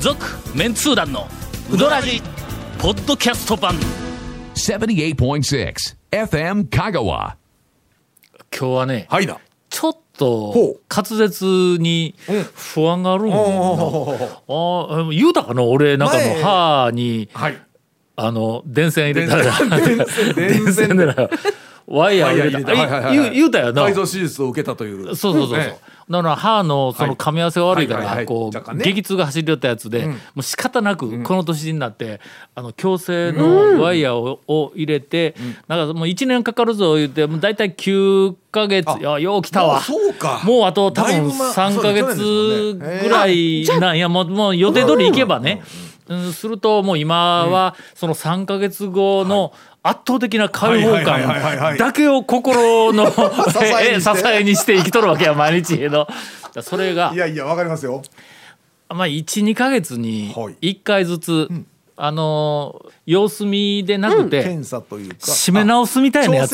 続メンツー団のウドラジポッドキャスト版78.6 FM Kagawa. 今日はねはいな。ちょっほとう滑舌に不安があるんだよなあ言うたかな俺なんかの前歯にはい。あの電線入れたら電 電線電線線ならワイヤー入れたワイヤー入れたはいはいはい言う言うたよな改造手術を受けたという。そうそうそうそう。ええだから歯のその噛み合わせが悪いかはいはいはらいこ若う干ね激痛が走り寄ったやつでもう仕方なくこの年になってあの矯正のワイヤーをを入れてなんかもう1年かかるぞ言ってもう大体9ヶ月いやよう来たもわうそうかもうあと多だい分ぶま3ヶそ月うです去年ですもんねぐらいなんやもうもう予定通り行けばねうんするともう今はその3ヶ月後の圧倒的な開放はいはいはいはいは感いだけを心 のえにして支 えにして生きとるわけや毎日のそれがいやいや、わかりますよ。まあ12か月にはい1回ずつ、あのー様子見でなくて、検査というか。締め直すみたいなやつ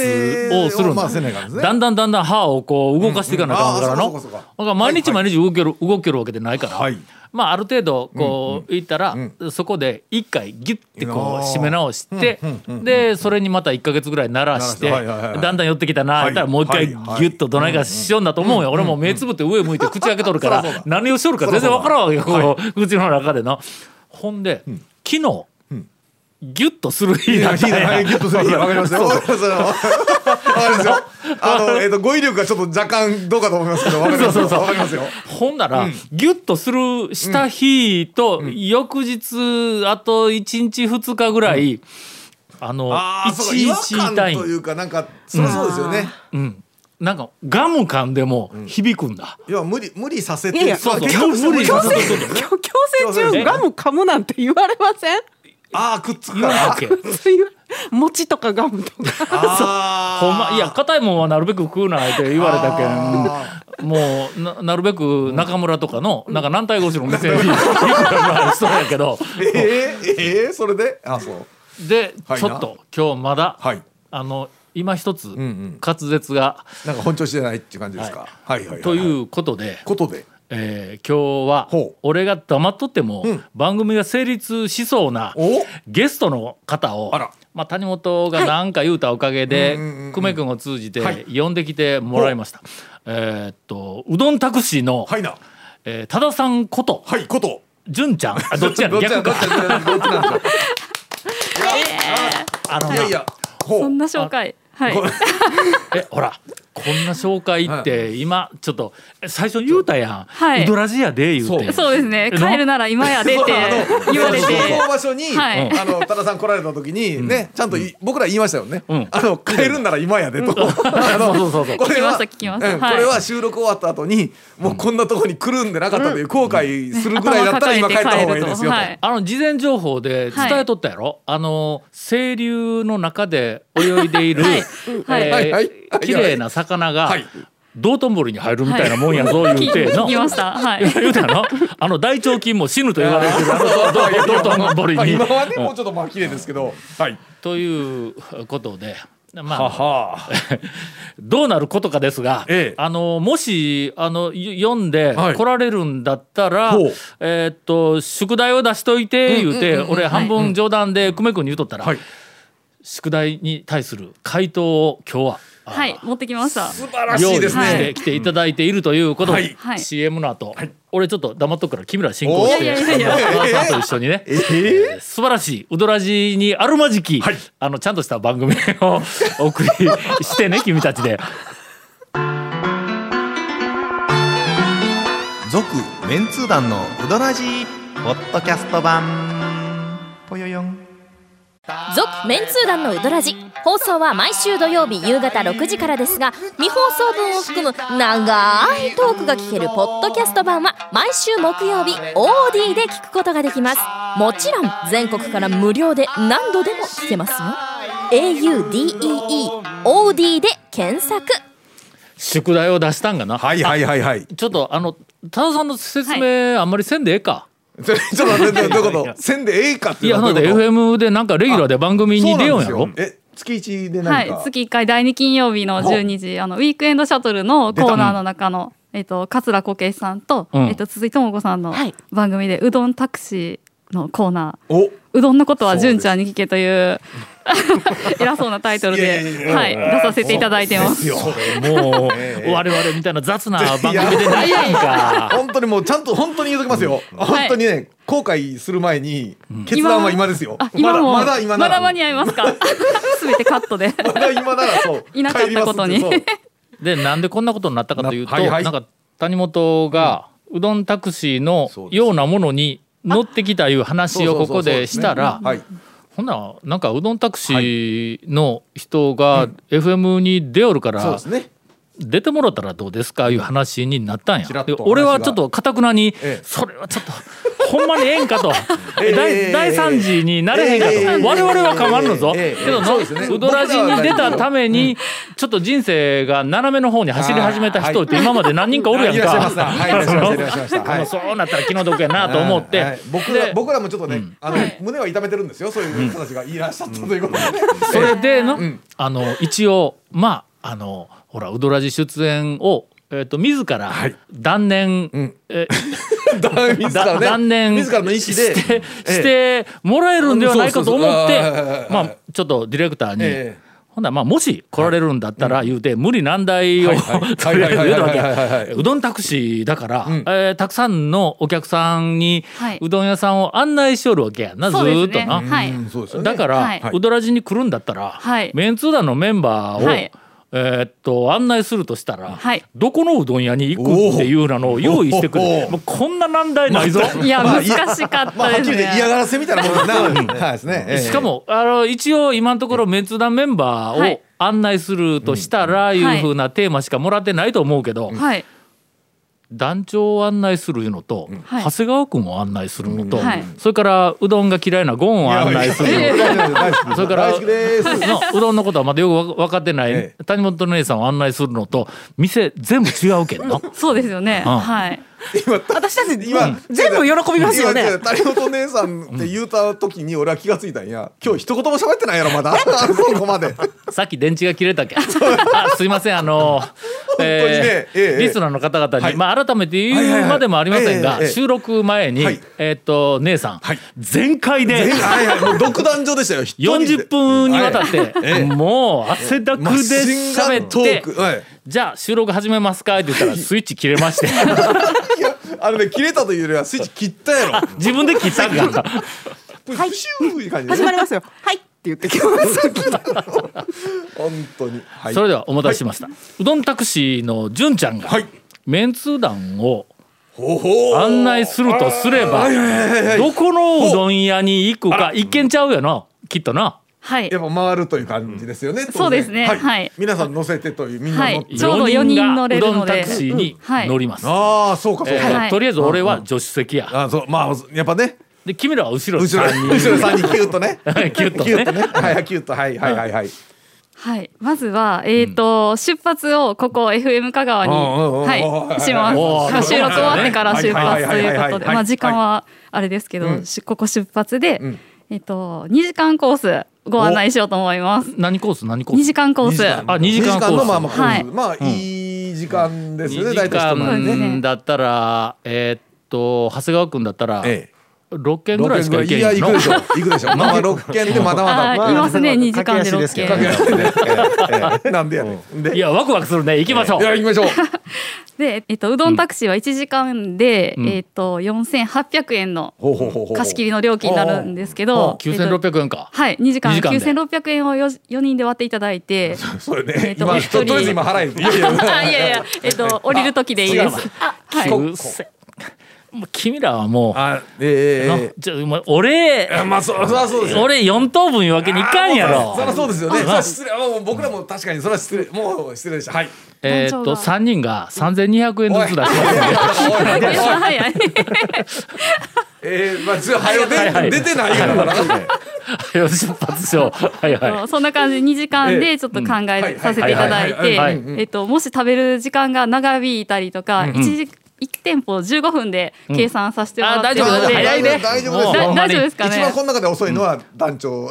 をするん調整をまだ、あせないからですねだんだんだんだん歯をこう動かしていかなあかんからの、うんうんあーそうかそうかそうかだから毎日毎日動ける、動けるわけでないから、はいまあある程度こういったら、そこで一回ギュッてこう締め直して、でそれにまた1か月ぐらい慣らして、慣らしてはいはいはいだんだん寄ってきたなあ、はいったらもう一回ギはュいはいッとどないかしようんだと思うよ、俺も目つぶって上向いて口開けとるから、 そらそうだ何をしとるか全然わからんわけよ、こう口の中でな。ほんで、昨日、ギュッとする日いだっやいいたんなやはいゲットするいやわかりますよ。わかりますよ。わかりますよ。あの、えっと、語彙力がちょっと若干どうかと思いますけど、わかりますよ。わかりますよ。ほんなら、ギュッとするした日と、翌日あと1日2日ぐらい、あのああ、いそうかち違い和ち感痛いというか、なんか、そりゃそうですよね。うん、なんかガム噛んでも響くんだ、要は無理、無理させいやいて。やそそうう結そう局無理させ強制て。強強制中ガム噛むなんて言われません ああ、くっつく言わかんわら。けそういう餅とかガムとかあーほんまいや硬いもんはなるべく食うなって言われたけんあもうななるべく中村とかの、なんか軟体越しの店に行く ような人やけどーえー、えー、それであそう。で、はいちなょっと今日まだ、はいあの今一つん滑舌が、なんか本調子じゃないっていう感じですか。はい、はい、はいはいとういうことで、ことで。えー今日はほう俺が黙っとってもうん番組が成立しそうなおゲストの方をあらまあ、谷本が何か言うたおかげでうんうんうんうん久米君を通じはてい呼んできてもらいました。えーっとうどんタクシーの、はいな。えー多田さんことはい、こと。純ちゃんあどっちやねん どっち逆どっかちなんどっちなんどっちなんあのいなやいや、ほそんう。な紹介はいえほらこんな紹介って今ちょっとえ最初に言うたやん、はいうどらじやで言うてそうですねえ帰るなら 今やでって言われてその場所に、はいあの多田さん来られた時に、ねちゃんとい、僕ら言いましたよね、うんあの帰るんなら今やでと、 あのそうそうそうこれは聞きました聞きましたうんはいこれは収録終わった後にもうこんなとこに来るんでなかったという後悔するぐらいだったら今帰った方がいいですよと、はいあの事前情報で伝えとったやろ、あの清流の中で泳いでいる、はいえーはいはいはい綺麗な魚が、はい道頓堀に入るみたいなもんやぞ、言うて聞のきましたはい言うたのあの大腸菌も死ぬと言われてるあの道道頓堀まあに今はねもうちょっとまあ綺麗ですけど、はいということでまあは どうなることかですが、ええあのもしあのよ読んではい来られるんだったら、ほうえーっと宿題を出しといて言うて、俺半分冗談で久米君に言うとったら、はい宿題に対する回答を今日は。あはい持ってきました素晴ら用しい意でしすね、はてきていただいているということで、はいはい CM の後、俺ちょっと黙っとくから君ら進行しておいやいやいやあの小田さんと一緒にね、えー素晴らしいウドラジにあるまじき、はいあのちゃんとした番組をお送りして ね君たちで続メンツー団のウドラジーポッドキャスト版ぽよよん続メンツー団のウドラジ放送は毎週土曜日夕方6時からですが未放送分を含む長いトークが聞けるポッドキャスト版は毎週木曜日 OD で聞くことができますもちろん全国から無料で何度でも聞けますよ AUDEEOD で検索宿題を出したんがな、はいはいはいはいちょっとあの多田さんの説明あんまりせんでええか、ちょっと待ってどういうことせんでええかっていいうやのなはんどういでうこと FM でなんかレギュラーで番組に出ようやそろなんですよえ月一では何いか、月1回第2金曜日の12時あのウィークエンドシャトルのコーナーの中のえっと桂小慶さんと、うんえっと鈴井智子さんのはい番組で、うどんタクシーのコーナーおうどんのことは純ちゃんに聞けという 偉そうなタイトルいやいやいでやはい出させていただいてま。ですすよもうええ我々みたいな雑な 番組でないやんか。本当にもうちゃんと本当に言うときますよ、本当にね後悔する前に決断は今ですよ、あ今もまだまだ今なら間に合いますか。 すべてカットで。まだ今ならそう いなかったことに帰りますって そうでなんでこんなことになったかというと、なはいはいなんか谷本がうどんタクシーのそうですようなものに乗ってきたいう話をここでしたら、はい、ほんならなんかうどんタクシーの人が FM に出おるかそうでらすね出てもらったらどうですかいう話になったんやちらっ。とで話が俺はちょっとかたくなにええそれはちょっとほんまにええんかと えええ第え第3次になれへんかええええと我々は構わんのぞ。ええええけどそうですねうどらじに出たためにちょっと人生が斜めの方に走り始めた人って今まで何人かおるやんいらっしゃいまかし。たはいいらっしゃいましたいらっしゃいましたもうそうなったら気の毒やなと思っはてい、僕でら僕らもちょっとね、あの胸は痛めてるんですよそういう人たちがいらっしゃったということで、ねそれでの、んあの一応まああのほらウドラジ出演をえっと自ら断念、んえだ 自らだね断念自らの意思でしてしええてもらえるんではないかと思ってうんそうそうそうあーまあちょっとディレクターに、ええほんならまあもし来られるんだったら言うて、無理難題を、はいはい とりあえず言うたわけはいはいはいはいはいやうどんタクシーだから、んえーたくさんのお客さんにはいうどん屋さんを案内しよるわけやんな、ずそうーっとですね。な。はい。うんそ うですよねだから、はいウドラジに来るんだったら、はいメンツー団のメンバーを、はいえーっと案内するとしたら、はいどこのうどん屋に行くっていうなのを用意してくおれおもうこんな難題ないぞ。いやまあ難しかっまあはったできすり言って嫌ね。がらせみたいなものになるはいですね、ええしかもあの一応今のところメンツー団メンバはーをい案内するとしたら、い、うふうなテーマしかもらってないと思うけど、はい。団長を案内するいうのと、はい長谷川君を案内するのと、はいそれからうどんが嫌いなゴンを案内するのといやいやいや大好きそれから大好きです のうどんのことはまだよくわ分かってない、ええ谷本姉さんを案内するのと店全部違うけ んのそうですよね。うんはい。私たち今全部喜びますよ今違ねう。谷本姉さんって言うた時に俺は気がついたんや今日一言も喋ってないやろまだあのここまでさっき電池が切れ たけんあすいませんあの当にねええええリスナーの方々に、はいまあ、改めてはいはい言はういまでもありませんが、ええええ収録前に、はいえーっと姉さん、はい全開で全はいはいもう独壇場でしたよ一人で40分にわたって、ええもう汗だくでマシンガ喋ントってー、クはいじゃあ収録始めますかって言ったらスイッチ切れまして。いやあのね切れたというよりはスイッチ切ったやろ自分で切ったんか。プシューいう感じで始まりますよ。はいって言ってきます。本当にはそれではお待たせしました。うどんタクシーのじゅんちゃんが、はいメンツー団をほほー案内するとすれば、どこのうどん屋に行くか一見ちゃうよな、きっとな。はいや。っぱ回るという感じですよね、当然そうですねはい皆さん乗せてというみんなは乗っいて、。ちょうど四人乗れるのがうどんタでク。シーに乗ります。ああそうかそうえか、ーはいとりあえず俺は助手席や。あそうまあやっぱねで、君らは後ろ後ろ3人。後ろ三人キュッと ねキュッとねキュッとねはいはいキュッとはいはいはいはいはい。まずはえっと出発をここ FM 香川にうんうんうんははいいしまおーす。収録終わってからそう出なんですね発というはいはいはいはいこはいとで、はいまあ時間はあれですけど、しここ出発でえっと二時間コースご案内しようと思います。何コース何コース二時間コー二ス。時間あ二時間コース二のまあまあコース、はいまあいい時間ですよね、 2大時体人前ね間だったら、えーっと長谷川君だったら、ええ6件ぐ六らいし軒から行ぐいけいやへん行のくでしょ行くでしょまあまあ六軒でまだまだあ、いますね。二時駆間でけ足六ですけ件ど。ええなんでやねんでいいややワクワクするね行きましょう、行きましょうで、えっと、うどんタクシーは1時間で、んえっと、4800円の ほうほうほうほう貸し切りの料金になるんですけほうほどう、えっと9600円か、はい、2時間二時間で9600円を 4, 四人で割っていただい て、そうよえねっと今一とと人りあえず今払えいやいや あいやいや、えっと、降りる時でいいです。はいくっせもう君らはもあう、ええのええちょもう俺いやまあそうそうそうですよ俺4等分いうわけにいかんやろそりゃそうですよね。そありゃ失礼。あもう僕らも確かにそれは失礼。もう失礼でした。はい。えーっと団長3人が3200円ずつ出しますんでおい はいはいはい えー、まあ、ちょっと、はよ、はいはい出てないからな。早出発 しようはいあはのそんな感じで2時間えでちょっと考えさせていただいはいてはいはいはいはいえっともし食べる時間が長引いたりとか一時1店舗15分で計算させていもらあって大る丈の夫で、早いね大丈夫もう大丈夫でほんまにすだ大丈夫ですか一ね番この中で遅いのは団長。もう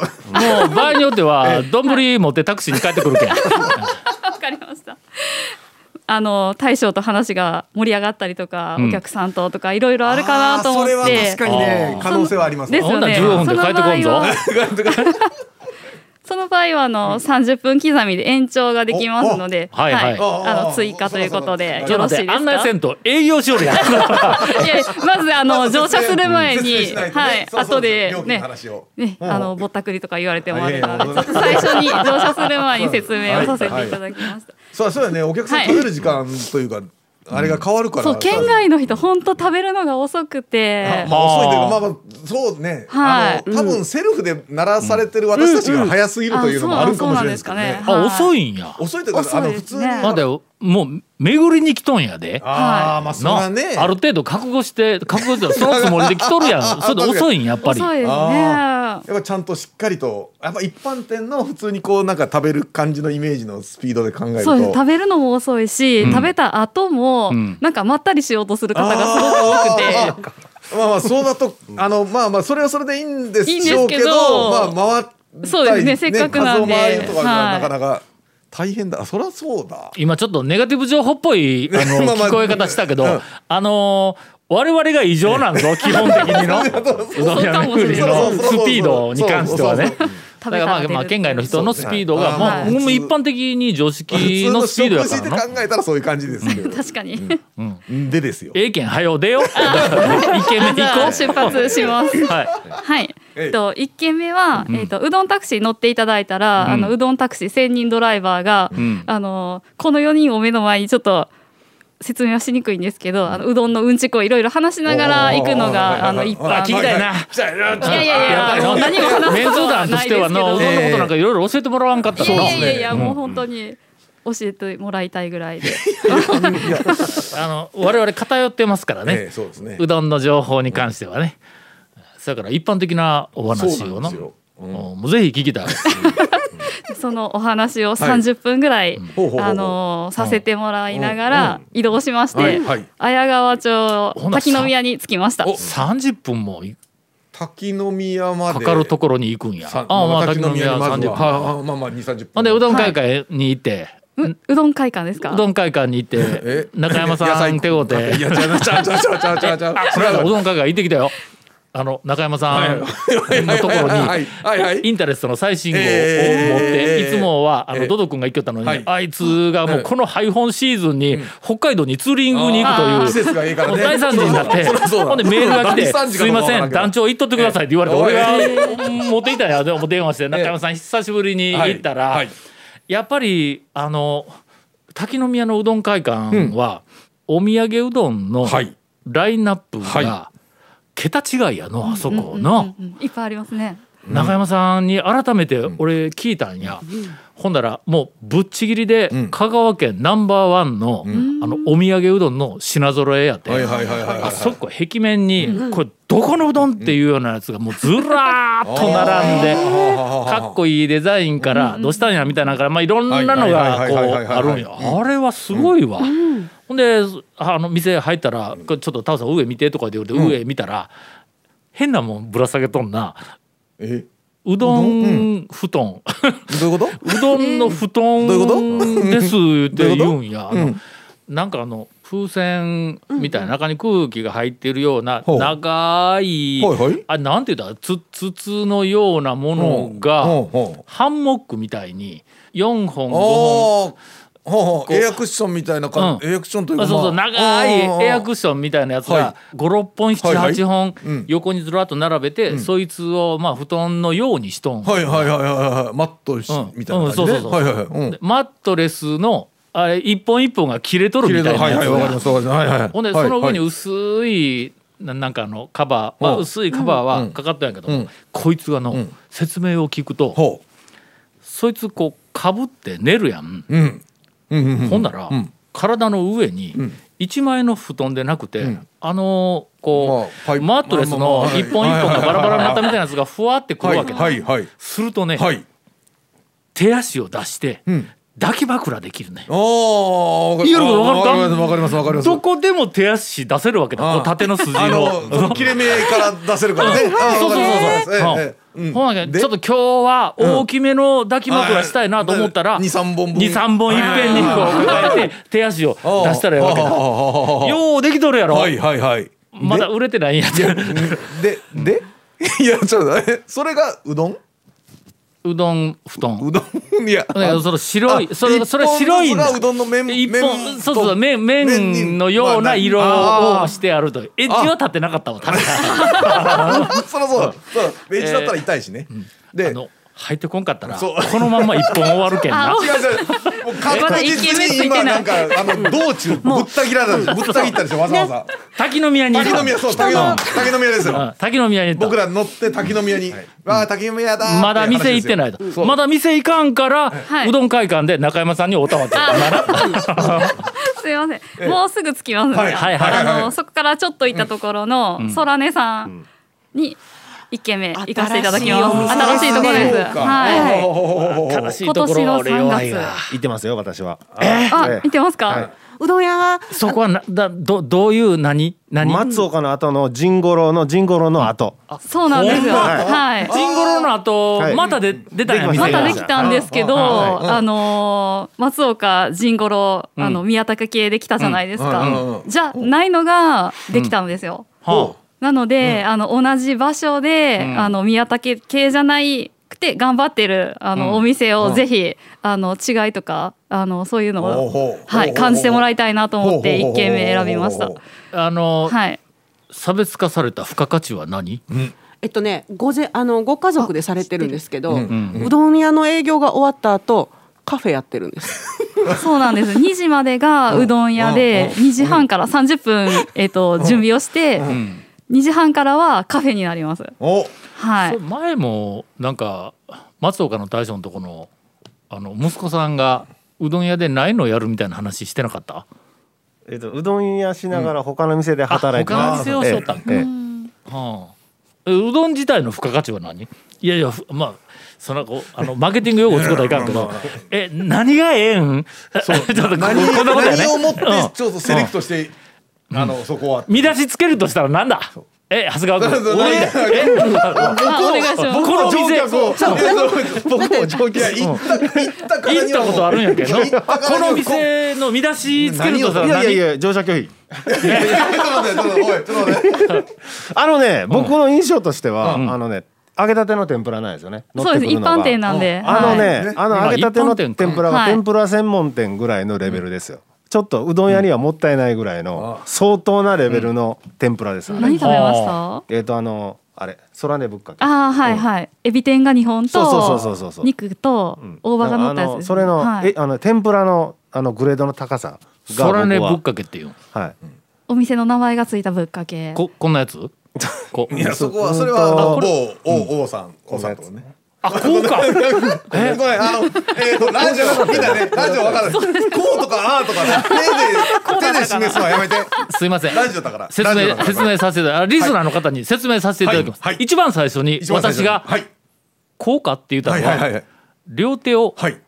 場合 によっては丼持ってタクシーに帰ってくるけんわかりました。あの大将と話が盛り上がったりとか、うんお客さんととかいろいろあるかなと思ってあーそれは確かにねあー可能性はありますでねすよねほんなら15分で帰ってこんその場合ぞはその場合はあの30分刻みで延長ができますので、おおはいはいあの追加ということでおおちょよっとろ待っしいですてか。案内せんと営業し よるやんいやいやまずあの乗車する前説明に、しないとねはい、そうそう後で料金ねの。話をね、うんあのぼったくりとか言われてもあれなので、いやいや最初に乗車する前に説明をさせていただきました。そうそうだねお客さんはい食べる時間というかあれが変わるからそう県外の人本当食べるのが遅くて、まあ遅いというかあーまあまあそうねはあいの多分セルフで鳴らされてる私たちが早すぎるというのもあるかもしれないですけどあそうなんねですかねあ遅いんや 遅いというかあの遅い普です通にねまだよもう巡りに来とんやでああまあそれはなねある程度覚悟して覚悟してそのつもりで来とるや んそれで遅いんやっぱり遅いですあね。やっぱちゃんとしっかりとやっぱ一般店の普通にこうなんか食べる感じのイメージのスピードで考えるそうですと食べるのも遅いし、食べた後も、んなんかまったりしようとする方がすごく多くてあーまあまあそうだとあのまあまあそれはそれでいいんでいいんしでょすうけけどどまあ回ったりそうですねせっかくなん数でを回るとかがはいなかなか大変だそりゃそうだ今ちょっとネガティブ情報っぽいあ まのあまあ聞こえ方したけど、うんあのー我々が異常なん ぞ基本的にのうどん屋めぐりのそうそうそうそうスピードに関してはねそうそうだからまあまあ県外の人のスピードがそうですねまああーもう一般的に常識普通ののスピー食ドや事かでら考なえたらそういう感じですけど確かに。でですよええけんはよ出 よイケメンじ行ゃこあう出発します。はいはい。えいえっと一軒目は、えっとうどんタクシー乗っていただいたら、うんあのうどんタクシー専任ドライバーが、んあのこの4人を目の前にちょっと。説明はしにくいんですけど、あのうどんのうんちくをいろいろ話しながら行くのが、あの一あ般聞きたいな。いやいやいやっぱや、りものう何も話すことはないメでンズ団としてはすけど。のうどんのことなんかいろいろ教えてもらわんかったいやかいらやいやいや、うんもう本当に教えてもらいたいぐらいで。 あの我々偏ってますからねええそうですねうどんの情報に関してはねだから一般的なお話そうをななんですようんもうぜひ聞きたいそのお話を30分ぐらい、ほうほうほうあのーさせてもらいながら移動しまして、はいはい綾川町ほな滝宮に着きました。 30分も滝宮まかでかるところに行くんやさああまあ滝滝の宮宮にまず30は分ああまあまあ2 3 0分ほんでうどん会館に行ってううどん会館ですかうどん会館に行ってえ中山野さ菜ん手ごていや ちゃうちゃうちゃうちゃうちゃうちゃうちゃうこの間うどん会館行ってきたよあの中山さんのところはいはいはいにインタレストの最新号を持っえーていつもはあえのードド君が行きよったのはいにあいつがもうこのハイホンシーズンに北海道にツーリングに行くとあいーう季節がいいからもうね大惨事になってそうそうそうそうほんでメールが来て「大惨事すかいどまうかわかせらんんけど団長行っとってください」って言われてえ俺が持っていたんやでも電話してえ中山さん久しぶりに行ったはらいはいやっぱりあの滝宮のうどん会館はお土産うどんのはいラインナップがは桁違いやのあそこのうんうんいっぱいありますね。中山さんに改めて俺聞いたんや。ほんだらもうぶっちぎりでん香川県ナンバーワンのあのお土産うどんの品揃えやって。はいはいはいはいはあいそこ壁面にこれどこのうどんっていうようなやつがもうずらーっと並んでかっこいいデザインからどうしたんやみたいなのからまあいろんなのがはいこうはいはいはいはいあるんよあれはすごいわほんであの店入ったら「これちょっとタオさん上見て」とか言われて上見たら変なもんぶら下げとんなえうどん布団どういうことうどんの布団どういうことですって言うんや。あどういうのこなんかあの風船みたいな中に空気が入ってるようなほう長いはいはいあなんて言ったらつ筒のようなものほがうほうハンモックみたいに4本5本ああほうほうエアクッションみたいな感じうんエアクッションというあかそうそうまあ長うんうんうんいエアクッションみたいなやつがは56本はいはい78本うん横にずらっと並べてそいつをまあ布団のようにしとんはいはいはいはいはいマットしうんみたいな感じうねんそうそうそうはいはいはいうんでマットレスのあれ一本一本が切れとるみたいなはいやはついわかりまがすわかりますはいはいはいほんでその上にはい薄いななんかあのカバー、まあ、うん薄いカバーうはんかかったんやけど、うんこいつがの、ん説明を聞くとほそいつこうかぶって寝るやん、ううんうんうんうんほんなら、ん体の上に一枚の布団でなくて、んあのーこう、まあパイプマットレスまあまあのまあ一本一本がバラバラになったみたいなやつがふわってくはるいわけだ、はいはいするとね、はい手足を出して、ん抱き枕できるねああ言えることわかるかわかりますわかりますわどかこでも手足出せるわけだああこう縦の筋りますあのの切れ目から出せるからねあーそうそうそうわかりますわかりますそうええええほんならでちょっと今日は大きめの抱き枕したいなと思ったらはい23本分23本いっぺんにこう抱えて手足を出したらええわけだはようできとるやろいはいはいまだ売れてないんやってでで いやちょっとえそれがうどんうどん布団うどんいやだからその白いあそれそれ白いんだ一本ずつがうどんの麺一本麺そうそうと麺麺に麺のようまあな色あをーしてあるとエッジは立ってなかったわ確 かそらそうだそうだベージだったら痛いしね、であの入ってこんかったらそこうのまんま一本終わるけんな違う違うもう確実に今なんかあの道中ぶった切られたぶった切ったでしょわざわざ滝の宮に滝の宮そう滝の滝の宮ですうよん滝の宮に行った僕ら乗って滝の宮に「わあ滝の宮だ」まだ店行ってないと、まだ店行かんから、はいうどん会館で中山さんにおたわってもらう すいません。もうすぐ着きますね。はいはいはいあのそこからちょっと行ったところのソラネさんに一軒目行かせていただきます。新しいところです。はい。悲しいところは俺弱いわ言ってますよ私はあ、見てますか。うどん屋がそこはなだどどういう何何松岡の後の陣五郎の陣五郎の後そうなんですよ。ほんはい。ジンゴロの後、はいまたで出たんやでき店まがたできたんですけど、あのー松岡陣五郎あの宮高系できたじゃないですうんうかん。じゃないのができたんですよ。はなので、あの同じ場所で、あの宮武系じゃないくて頑張ってるあの、お店をぜひあの違いとかあのそういうのほうほうほをうはほいうほう感じてもらいたいなと思ってほうほうほうほう一軒目選びました。あ、あの、はい。差別化された付加価値は何、えっとねごぜあのご家族でされてるんですけど、ううんどん屋の営業が終わった後カフェやってるんです。そうなん です。2時までがうどん屋で、2時半から30分えっと準備をして、2時半からはカフェになります。おはそいれ。前もなんか松岡の大将のとこのあの息子さんがうどん屋でないのやるみたいな話してなかったえっとうどん屋しながら他の店で働いてあ他の店をしとったんかええええはあ、えうどん自体の付加価値は何いやいやふまあそのこうあのマーケティング用語使うとはいかんけどえ何がええん ちょっとこ何こんなことやね何をもってうんちょっとセレクトしてあのそこは見出しつけるとしたらなんだえ長谷川そうそう君俺だえあお願いしまこす。の店乗客をい僕も上や行った行ったからには行ったことあるん やけど行ったからにはこの店の見出しつけるとしたらいやいやい何や乗車拒否いやちょっと待ってちょっとおいちょっと待ってあのね僕の印象としては、うんあのね揚げたての天ぷらなんですよね乗っそうてでくす。る一のが般店なんで。あのはいね、あの揚げたてまあ一の般店天かぷらがはい天ぷら専門店ぐらいのレベルですよ。ちょっとうどん屋にはもったいないぐらいの相当なレベルの天ぷらです。あれ何食べました？えっとあのあれ空根ぶっかけ。ああはいはい、エビ天が2本そうそうそうそうそとう肉と大葉が乗ったやつあでのすそれの、はえい、あの天ぷらのあのグレードの高さがそらね僕ぶはっかけっていうはい。お店の名前がついたぶっかけここんなやつこいやそこはそれうんはとあの某王王さん王さんとかねあこうかごめんあのえっとラジオみんなねラジオわからないこうとかあーとかね手で手で示すのはやめてすいませんラジオだから説ラジオ明だから説明させていただあリスナーの方に説明させていただきます、はいはい一番最初に一番最初私にがはいこうかって言ったはいのはいはいははい両手をはい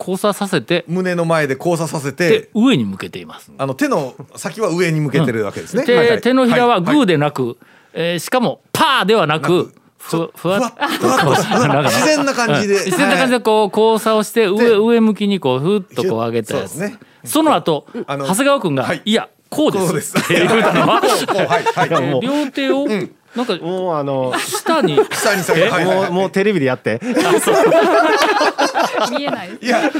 交差させて胸の前で交差させでて上に向けています。あの手の先は上に向けてるわけですね手はいい手のひらはいグーでなく、えーしかもパーではなくふふわふわっふわっとふわっと自然な感じ でうん自然な感じでこう交差をして上上向きにこうふっとこう上げたやつそうですねその後あの長谷川君が、はいい、やこうでこうですすって言うたのは こうはいはいえー両手をなんかもうあの下に下に下げてはいはいもはういもうテレビでやって。見えないですいやこ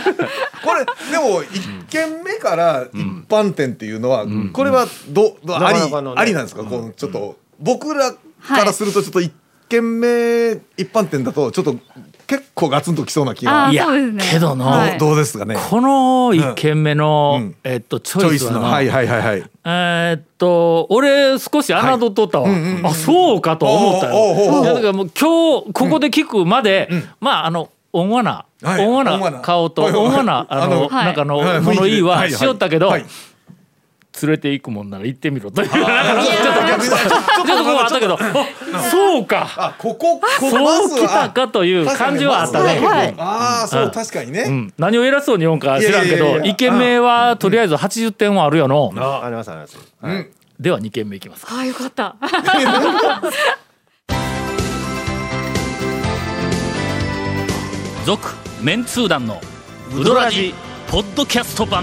れでも一軒目から一般店っていうのは、これはどどありなかなかのねありなんですか、このちょっと僕らからするとちょっと一軒目一般店だとちょっと結構ガツンときそうな気あがーいやそうですねけどのどう,、はいどうですかねこの一軒目の、うんえっとチチョョイイススのの、はいはいはいはいえーっと俺少し侮っとったわ、あそうかと思ったおうおうおようおういやだからもう今日ここで聞くまで、まああの温和な、はい温和温和なな顔とはいはい温和なあの、あのはいなんかのはい物言いはしよったけど、はいはい連れて行くもんなら行ってみろというなんかちょっとはい逆にちょっとちょっとこうあったけどあそうかあここここそう来たあかという感じはあった確かね。にまずはいああそう確かにね、うん、何を偉そうに言うんか知らんけいやいやいどやいやイケメンはとりあえず80点はあるよの、ありますあります。では2軒目いきますあーよかった続メンツー団のウドラジポッドキャスト版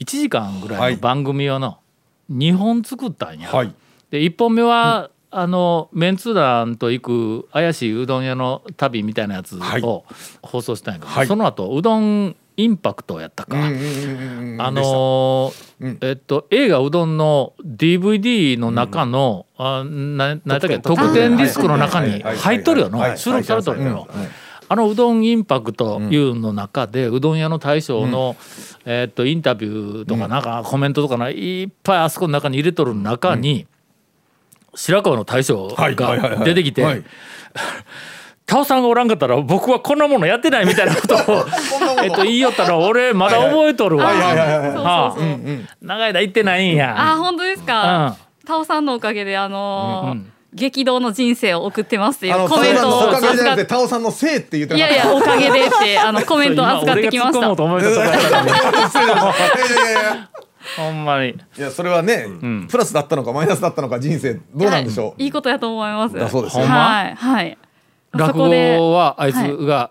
1時間ぐらいの番組をの2本作ったんや。はい。で1本目は、あのメンツー団と行く怪しいうどん屋の旅みたいなやつはいを放送したんやけど、はいその後うどんインパクトやったか、うんうんうんうんあのーうんえっと映画うどんの DVD の中の、あななんやったっけ特典特典ディスクの中にはいはいはいはい入っとるよの、はい収録されとるよの、はいあのうどんインパクトいうの中で、うどん屋の大将の、えっとインタビューとかなんかコメントとかないっぱいあそこの中に入れとる中に、白川の大将はいはいはいはがい出てきて。はいタオさんがおらんかったら僕はこんなものやってないみたいなことを えっと言いよったら俺まだ覚えとるわ。はいはいはいはい。はあ長い間行ってないんあや。本当ですか、タオさんのおかげであのー激動の人生を送ってますっていあうの、コタオメンさんトのをおかげじゃなく扱て、っタオさんのせいって言っていなやかいった。 やおかげでってあのコメントを今扱って俺がき突まっし込たもうと思い出したからいやいやいやほんまに。いや、それはね、プラスだったのかマイナスだったのか人生どうなんでしょう。いいことやと思います。だそうですよほんまはい、はい。 そ落こで語はあいつが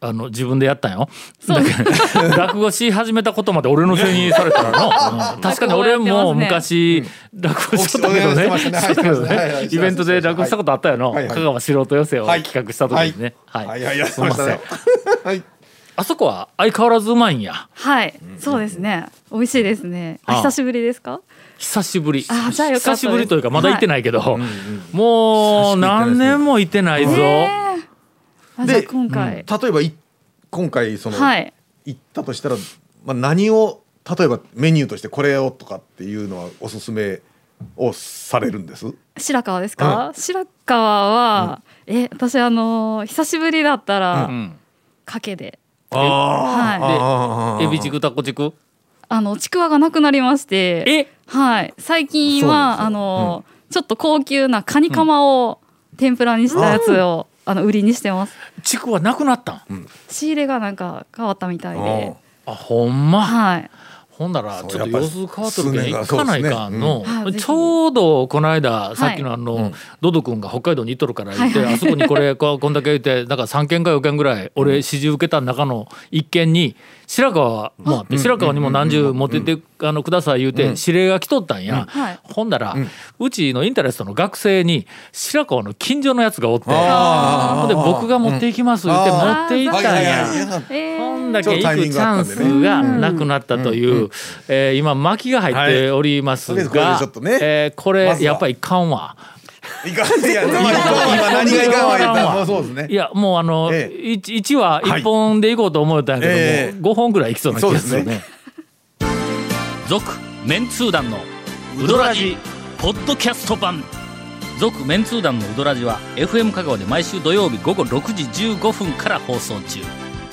あの自分でやったんよ。そうです 落語し始めたことまで俺のせいにされたらのうん確かに俺も昔落語しとったけどねおおしてましたしとねったけどはいはいねイベントで落語したことあったよのはいはい香川素人寄せをはい企画した時にねははいいはいいや、すいませんよ。はい。あそこは相変わらずうまいんやはい、そうですね。美味しいですね。あああ久しぶりですか？久しぶりあじゃあよかっ久たですしぶりというかまだ行ってないけどもう何年も行ってないぞあじゃあで、今回、うん例えばい今回その、はい。行ったとしたら、まあ、何を例えばメニューとしてこれをとかっていうのはおすすめをされるんです。白川ですか？白川は、え、私あのー久しぶりだったら、うんかけで、あはい。あーエビチクタコチクあのちくわがなくなりまして、えはい。最近はあのー、ちょっと高級なカニカマを天ぷらにしたやつを、あの売りにしてます。チクはなくなったん仕入れがなんか変わったみたいで、あほんまはい。ほんならそうちょっとやっ様ぱ子変わっとるけん行数年がかないかんの、そうですねうんはいちょうどこの間さっきのあの、うんドド君が北海道に行っとるから言って、はいはいあそこにこれここんだけ言ってだから3件か4件ぐらい俺指示受けた中の1件に白川もあって白川にも何十持ってってあのください言うて指令が来とったんや、はいほんなら、うちのインタレストの学生に白川の近所のやつがおってあーほんで僕が持っていきます言ってう持んっていっはいたはんいや。はいいやえーこんだけ行くチャンスがなくなったという、えー今薪が入っておりますはいとりあえがずこれでちょっとね、えーこまれずはやっぱりいかんわ。いかんい や今今何がいかんわ言ったまあそうですねい。やもうあのえ一一話はい一本で行こうと思ったんやえけどえも、五本ぐらい行きそうな気がすそうるですね。続メンツー団のウドラジポッドキャスト版。続メンツー団のウドラジは FM 香川で毎週土曜日午後6時15分から放送中。